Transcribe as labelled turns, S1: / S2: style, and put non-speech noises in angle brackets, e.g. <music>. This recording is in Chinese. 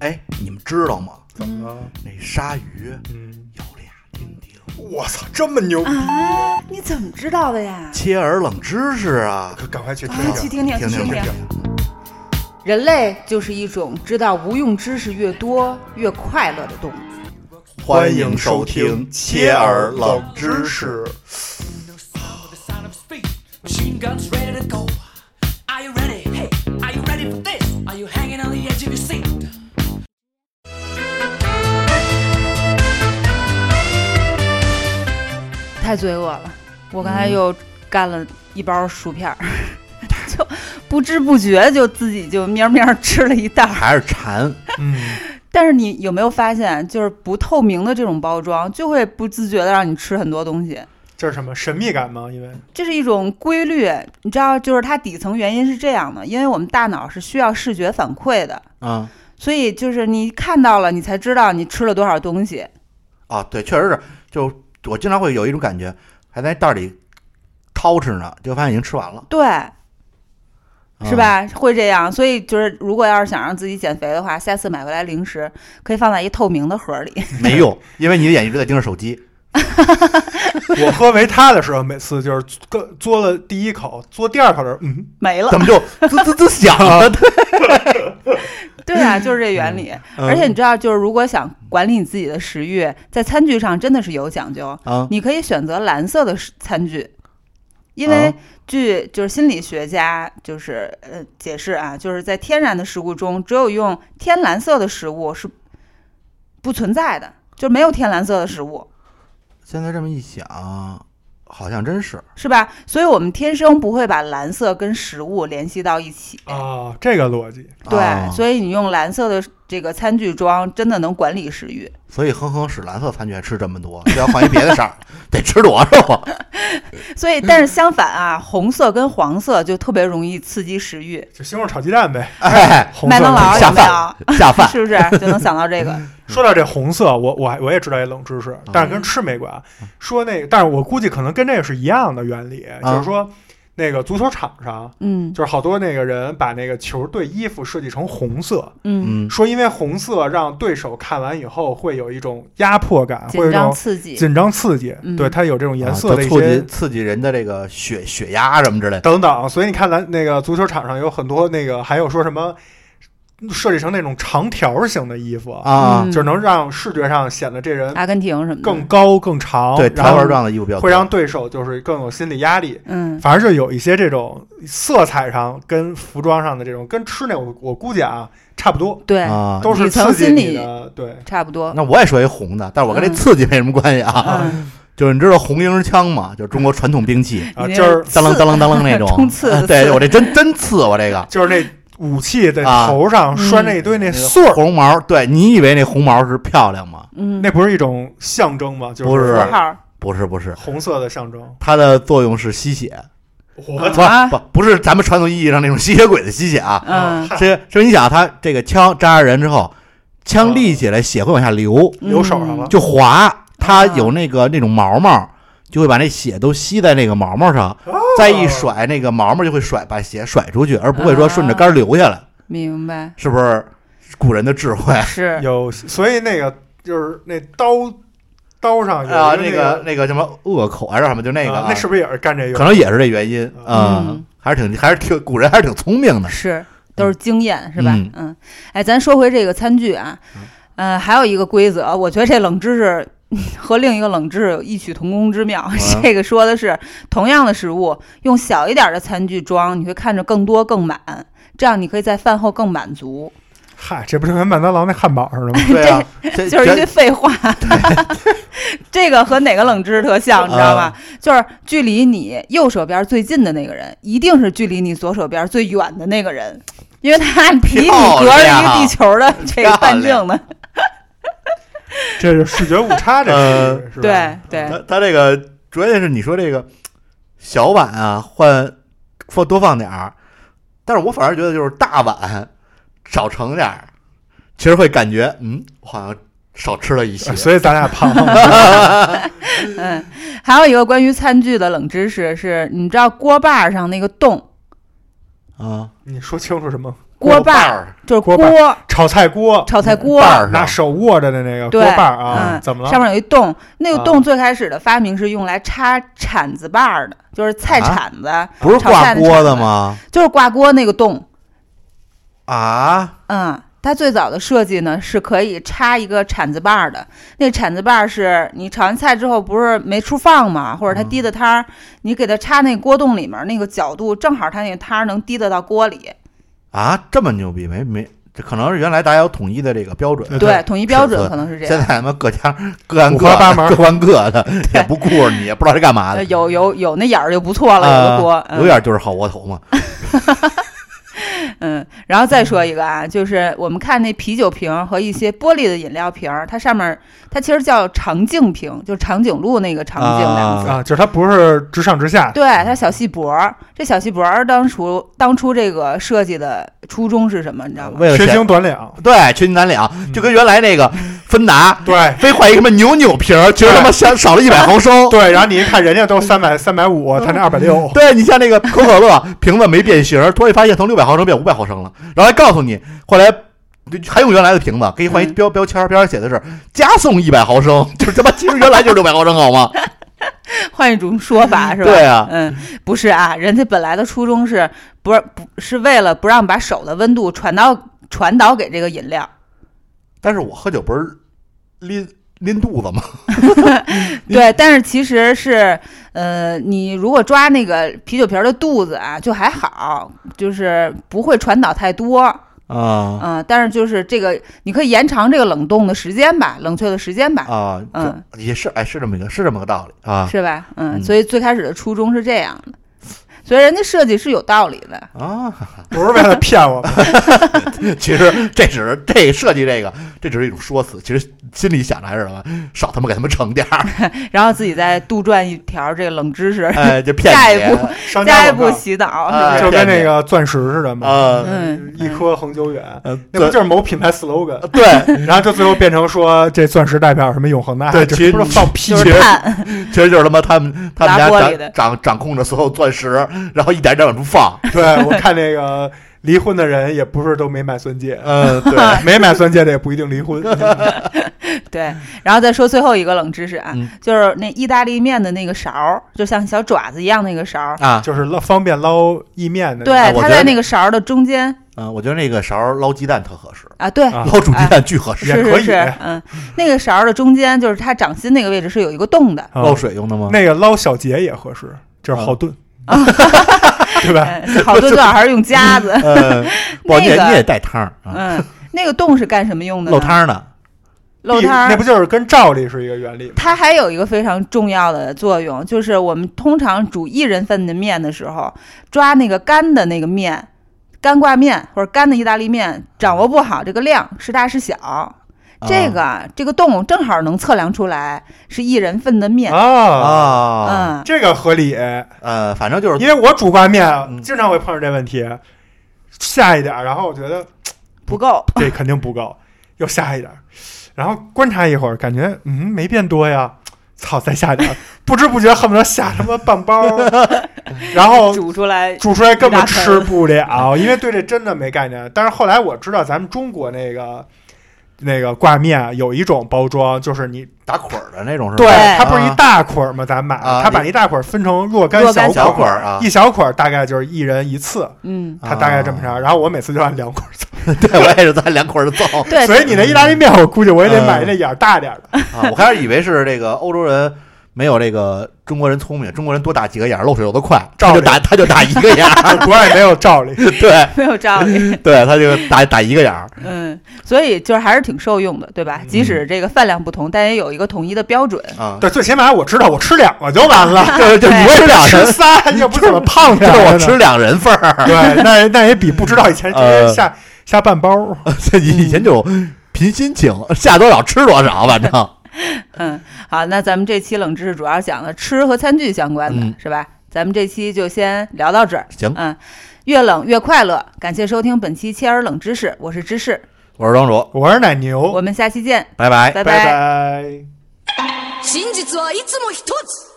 S1: 哎，你们知道吗？
S2: 怎么了？
S1: 那鲨鱼
S2: 嗯，
S1: 有俩钉钉。
S2: 我操，这么牛！
S3: 啊，你怎么知道的呀？
S1: 切耳冷知识啊！
S2: 可赶快去听
S3: 啊，去
S2: 听。
S3: 听听，去
S1: 听听
S3: 听听。
S4: 人类就是一种知道无用知识越多越快乐的动物。
S1: 欢迎收听切耳冷知识。
S5: with the sound of speed. Machine guns ready to go. Are you ready? Hey, are you ready for this? Are you hanging on the edge of your seat?
S4: 太罪恶了，我刚才
S3: 嗯
S4: 又干了一包薯片儿， <laughs> 就不知不觉就自己就喵喵吃了一袋儿。
S1: 还是馋，
S2: 嗯，
S4: 但是你有没有发现，就是不透明的这种包装，就会不自觉的让你吃很多东西。
S2: 这是什么神秘感吗？因为
S4: 这是一种规律，你知道，就是它底层原因是这样的，因为我们大脑是需要视觉反馈的，
S1: 嗯，
S4: 所以就是你看到了，你才知道你吃了多少东西。
S1: <laughs> 啊，对，确实是，就我经常会有一种感觉，还在袋里掏吃呢，就发现已经吃完了，
S4: 对，
S1: 嗯
S4: 是？吧？会这样，所以就是，如果要是想让自己减肥的话，下次买回来零食可以放在一透明的盒儿里。
S1: <laughs>
S4: <laughs>
S1: 没用，因为你的眼一直在盯着手 <laughs> 机。
S2: <laughs> 我喝维他的时候，每次就是嘬嘬了第一口，嘬第二口的时候，嗯，
S4: 没了
S1: 怎，么就滋滋滋响了？对
S4: 对啊，就是这原理。
S1: 嗯
S4: 而
S2: 嗯
S4: 且你知道，就是如果想管理你自己的食欲，在餐具上真的是有讲究。
S1: <laughs> 啊，
S4: 你可以选择蓝色的食餐具，因为
S1: 啊
S4: 据就是心理学家就是呃解释啊，就是在天然的食物中，只有用天蓝色的食物是不存在的，就没有天蓝色的食物，
S1: 现在这么一想，好像真是
S4: 是吧？所以我们天生不会把蓝色跟食物联系到一起。
S1: 哦
S2: 啊，这个逻辑，
S4: 对，
S1: 啊
S4: 所以你用蓝色的这个餐具装，真的能管理食欲。
S1: 所以哼哼使蓝色餐具还吃这么多， <laughs> 这要换一别的色儿，得吃多少啊？
S4: <laughs> 所以，但是相反啊，红色跟黄色就特别容易刺激食欲。
S2: 就西红柿炒鸡蛋呗。
S1: 哎，
S2: 红色
S4: 麦当劳啊
S1: 下
S4: 有没
S1: 饭
S4: 有？
S1: 下饭
S4: 是不是就能想到这个？
S2: 说到这红色，我我还我也知道一冷知识，但是跟吃没关。说那个，但是我估计可能跟这个是一样的原理，就是说那个足球场上，
S4: 嗯
S2: 就是好多那个人把那个球队衣服设计成红色，
S4: 嗯，
S1: 嗯，
S2: 说因为红色让对手看完以后会有一种压迫感，会有
S4: 紧
S2: 一
S4: 张
S2: 种
S4: 刺激，
S2: 紧张刺激，
S4: 嗯
S2: 对它有这种颜色
S1: 啊就
S2: 的一
S1: 促
S2: 些
S1: 进刺激人的这个血血压什么之类的。
S2: 等等，所以你看咱那个足球场上有很多那个，还有说什么嗯设计成那种长条形的衣服，
S4: 嗯
S1: 啊，
S2: 就是能让视觉上显得这人
S4: 阿根廷什么的，
S2: 更高更长，
S1: 对，
S2: 然
S1: 条纹
S2: 后
S1: 状的衣服比较
S2: 会
S1: 多
S2: 让对手就是更有心理压力。
S4: 嗯
S2: 反正就有一些这种色彩上跟服装上的这种，跟吃那我我估计啊差不多，
S4: 对，
S1: 啊。
S2: 都是
S4: 底层
S2: 刺激
S4: 心
S2: 你
S4: 理
S2: 的。对，
S4: 差不多。
S1: 那我也说一红的，但是我跟这
S4: 嗯
S1: 刺激没什么关系啊。
S4: 嗯，
S1: 就是你知道红缨枪吗？就是中国传统兵器，
S2: 啊，
S4: 你
S2: 今儿
S4: 这
S1: 当啷当啷当啷那种。
S4: <laughs> 冲刺的
S1: 啊
S4: 刺
S1: 对，我这真真刺，我这个
S2: 就是那武器的
S1: 啊
S2: 头
S4: 嗯
S2: 上拴着一堆那
S1: 嗯
S2: 穗儿，
S1: 红毛。对你以为那红毛是漂亮吗？
S4: 嗯，
S2: 那不是一种象征吗？就
S1: 不是
S4: 符号
S1: 不是，不是，
S2: 红色的象征。
S1: 它的作用是吸血，
S2: 我
S1: 不不不是咱们传统意义上那种吸血鬼的吸血啊。
S4: 嗯
S1: 是是，你想它这个枪扎着人之后，枪立起来，血会往下流，
S4: 嗯
S2: 留手上了，
S1: 就滑，它有那个那种毛毛，就会把那血都吸在那个毛毛上，再一甩，那个毛毛就会甩把血甩出去，而不会说顺着杆儿流下来，
S4: 明白
S1: 是不是？古人的智慧
S4: 是
S2: 啊有，所以那个就是那刀刀上有
S1: <laughs>
S2: 一
S1: 啊，那
S2: 那
S1: 个那个什么恶口还是什么，就那个
S2: 啊
S1: 啊，
S2: 那是不是也是干这个？
S1: 可能也是这原因啊，
S4: 嗯
S1: 还是挺还是挺古人还是挺聪明
S4: <laughs>
S1: 的
S2: 嗯
S4: 是，都是经验是吧
S1: 嗯？
S4: 嗯，哎，咱说回这个餐具啊，嗯，还有一个规则，我觉得这冷知识。和另一个冷知识有异曲同工之妙，
S2: 嗯
S4: <laughs> 这个说的是同样的食物，用小一点的餐具装，你会看着更多更满，这样你可以在饭后更满足。
S2: 嗨，这不就跟麦当劳那汉堡似的吗？
S1: 对啊，这
S4: 就是一
S1: 这
S4: 堆废话。这个和哪个冷知识特像，你知道吗？就是距离你右手边最近的那个人，一定是距离你左手边最远的那个人，因为他比你隔着一个地球的这个半径呢。
S2: 这是视觉误差，这
S1: 呃
S2: 是是吧？啊
S4: 对对，
S1: 他他这个主要是你说这个小碗啊，换放多放点儿，但是我反而觉得就是大碗少盛点儿，其实会感觉嗯，我好像少吃了一些
S2: 呃，所以咱俩胖。
S4: 嗯，还有一个关于餐具的冷知识是，你知道锅把上那个洞，
S1: 啊，
S2: <laughs> 你说清楚什么？
S4: 锅
S1: 把
S4: 把儿
S1: 儿
S4: 就是
S2: 锅把嗯
S4: 锅，
S2: 炒菜锅，
S4: 炒菜锅
S1: 把儿上
S2: 拿手握着的那个
S4: 对
S2: 锅把儿啊，
S4: 嗯
S2: 怎么
S4: 上
S2: 了？
S4: 面有一洞，那
S2: 啊
S4: 个洞最开始的发明是用来插铲子把儿的，就是菜
S1: 啊
S4: 铲子，
S1: 不是
S4: 炒
S1: 挂
S4: 菜的
S1: 锅
S4: 铲
S1: 的
S4: 子
S1: 吗？
S4: 就是挂锅那个洞。
S1: 啊，
S4: 嗯，它最早的设计呢是可以插一个铲子把儿的，那铲子把儿是你炒完菜之后不是没处放嘛，或者它滴的汤儿，你给它插那锅洞里面，那个角度正好它那个汤儿能滴得到锅里。
S1: 啊，这么牛逼，没没，这可能是原来大家有统一的这个标准，
S2: 对
S4: 对，统一标准
S1: 呃是
S4: 可能是这
S1: 现
S4: 样。
S1: 在他妈各家各按
S2: 五
S1: 各
S2: 花八门
S1: 的，各按各的，也不顾着你，也不知道是干嘛
S4: 呃
S1: 的。
S4: 有有有那眼儿就不错了，有
S1: 啊
S4: 的锅，
S1: 有
S4: 嗯
S1: 点就是好窝头嘛。
S4: 嗯，然后再说一个啊，就是我们看那啤酒瓶儿和一些玻璃的饮料瓶儿，它上面儿它其实叫长颈瓶，就是长颈鹿那个长颈两个字
S1: 啊
S2: 啊，就是它不是直上直下，
S4: 对，它小细脖儿，这小细脖儿当初当初这个设计的初衷是什么？你知道吗？ <laughs>
S1: 为了
S2: 缺
S1: 显
S2: 斤短两。嗯
S1: 对缺斤短
S4: 嗯
S1: 两，啊就跟原来那个芬达
S2: 对
S1: 非换一个什么牛扭瓶儿，其实他妈少少了一百毫
S4: <laughs>
S1: 升。
S2: 对，然后你一看人家都三百三百五，他那二百六，
S4: 嗯
S1: 对你像那个可口可乐瓶子没变形儿，突然发现从六百毫升变五百毫升了，然后还告诉你，后来就还用原来的瓶子，给你换一
S4: 嗯
S1: 标标签儿，标签儿写的是加送一百毫升， <laughs> 就是他妈其实原来就是六百毫升好吗？
S4: 换一种说法 <laughs> 是吧？
S1: 对啊
S4: 嗯，不是啊，人家本来的初衷是不是不是为了不让把手的温度传到传导给这个饮料？
S1: 但是我喝酒不是拎拎肚子吗？
S4: 对，但是其实是呃，你如果抓那个啤酒瓶儿的肚子啊，就还好，就是不会传导太多。
S1: 啊
S4: 嗯、但是就是这个，你可以延长这个冷冻的时间吧，冷却的时间吧。
S1: 啊，
S4: 嗯
S1: 这也是哎，是这么一个是这么个道理啊
S4: 是吧？嗯，
S1: 嗯
S4: 所以最开始的初衷是这样的，所以人家设计是有道理的。
S1: 啊，
S2: <laughs> 不是为了骗我们。
S4: <laughs>
S1: <laughs> 其实这只是这设计这个，这只是一种说辞，其实心里想的还是什么，少他妈给他们盛点儿，
S4: 然后自己再杜撰一条这个冷知识，
S1: 哎，就骗
S4: 下
S1: 你
S4: 一步
S2: 商
S4: 再
S2: 家
S4: 也不
S2: 广告
S4: 洗脑，
S1: 啊
S4: 是
S2: 就
S4: 不是？
S2: 跟那个钻石似的嘛，
S1: 啊，
S4: 嗯
S2: 一颗恒久远，
S1: 呃
S2: 那不
S1: 对
S2: 就是某品牌 slogan？
S1: 对。 <laughs>
S2: 然后就最后变成说这钻石代表什么永恒的爱，
S1: 对
S2: 这
S1: 其实
S2: 不是放屁
S4: 就
S1: 其
S4: 是
S1: 实
S4: 看，
S1: 其实就是他妈他
S4: <laughs>
S1: 们他们家
S4: 拉玻璃
S1: 掌
S4: 的
S1: 掌掌控着所有钻石，然后一点点往出放。
S2: 对我看那个离婚的人也不是都没买钻戒，
S1: 嗯，
S2: <laughs>
S1: <laughs> 对，
S2: 没买钻戒的也不一定离婚。
S4: 对，然后再说最后一个冷知识啊，
S1: 嗯
S4: 就是那意大利面的那个勺儿，就像小爪子一样那个勺儿，
S1: 啊，
S2: 就是捞方便捞意面的，
S4: 对，
S1: 啊我觉
S4: 它
S1: 得
S4: 在那个勺儿的中间
S1: 嗯，我觉得那个勺捞鸡蛋特合适，
S4: 啊，对，
S2: 啊
S1: 捞煮鸡蛋巨合适。
S2: 也
S4: 是
S2: 可
S4: 是
S2: 以
S4: 是，嗯，那个勺儿的中间就是它掌心那个位置是有一个洞的，
S1: 捞啊
S2: 啊，
S1: 水用的吗？
S2: 那个捞小杰也合适，就是好炖，对吧？
S4: 嗯，好多最好还是用夹子，
S1: 呃，不，你也
S4: 那个
S1: 你也带汤儿啊，
S4: 嗯，那个洞是干什么用的呢？
S1: 漏汤儿呢。
S4: 漏
S2: 地
S4: 汤儿
S2: 那不就是跟照例是一个原理吗？
S4: 它还有一个非常重要的作用，就是我们通常煮一人份的面的时候，抓那个干的那个面，干挂面或者干的意大利面，掌握不好这个量是大是小，
S2: 啊
S4: 这
S1: 啊
S4: 个、这个洞正好能测量出来是一人份的面。
S2: 啊，
S1: 啊，
S4: 嗯，
S2: 这个合理，
S1: 呃，反正就是
S2: 因为我煮挂
S1: 嗯
S2: 面经常会碰上这问题，下一点儿，然后我觉
S1: <laughs>
S2: 得
S4: 不够。
S2: 这肯定不够，又下一点儿，然后观察一会儿，感觉嗯没变多呀，操，再下
S1: <laughs>
S2: 点儿，不知不觉恨不得下他妈半包儿，然后
S4: 煮出来，
S2: 煮出来根本吃不了，因为对这真的没概念。但是后来我知道咱们中国那个。那个挂面有一种包装，就是你
S1: 打捆儿的那种是吧？
S2: 对
S4: 对
S2: 它不是一大捆儿吗？咱买
S1: 啊
S2: 的，它把
S1: 你
S2: 一大捆儿分成若干
S4: 若干
S1: 小
S2: 捆
S1: 捆儿
S2: 儿，
S1: 啊
S2: 一，小捆儿大概就是一人一次，
S4: 嗯，
S2: 它大概这么长。然后我每次就按两捆儿走，
S1: 啊 <laughs> 对我也是咱两捆儿
S2: <laughs>
S1: 揍
S4: 对，
S2: 所以你那意大利面，我估计我也得买
S1: 嗯
S2: 那眼儿大点儿的。
S1: 啊。我开始以为是这个欧洲人。没有这个中国人聪明，中国人多打几个眼儿，漏水漏得快，他
S2: 照
S1: 就
S2: 着
S1: 打他就打一个眼儿， <laughs>
S2: 国外没有照例。
S1: 对
S4: <laughs> 没有道
S2: 嗯
S4: 理。
S1: 对，他就打打一个眼儿，
S4: 嗯，所以就是还是挺受用的，对吧？
S2: 嗯
S4: 即使这个饭量不同，但也有一个统一的标准。
S1: 啊，
S2: <laughs> 对，最起码我知道我吃两个就
S1: <laughs>
S2: 完了， <laughs>
S1: 就就你
S4: 对
S1: 吃两
S2: 吃
S1: 人，
S2: 仨也不怎么胖
S1: 就
S2: 点
S1: 是
S2: 儿
S1: 我
S2: 呢
S1: 吃。两呃人份
S2: <laughs>
S1: 儿。
S2: 对，那那也比不知道以
S1: <laughs>
S2: 前直接下下半包儿。
S1: 以前就
S2: 嗯
S1: 凭心情，下多少吃多少，反正
S4: <laughs> 嗯，好，那咱们这期冷知识主要讲的吃和餐具相关的、
S1: 嗯
S4: 是吧？咱们这期就先聊到这儿。
S1: 行。
S4: 嗯，越冷越快乐，感谢收听本期切尔冷知识，我是芝士，
S1: 我是庄主，
S2: 我是奶牛，
S4: 我们下期见，
S1: 拜拜。
S4: 拜
S2: 拜拜。
S3: 真実はいつも一つ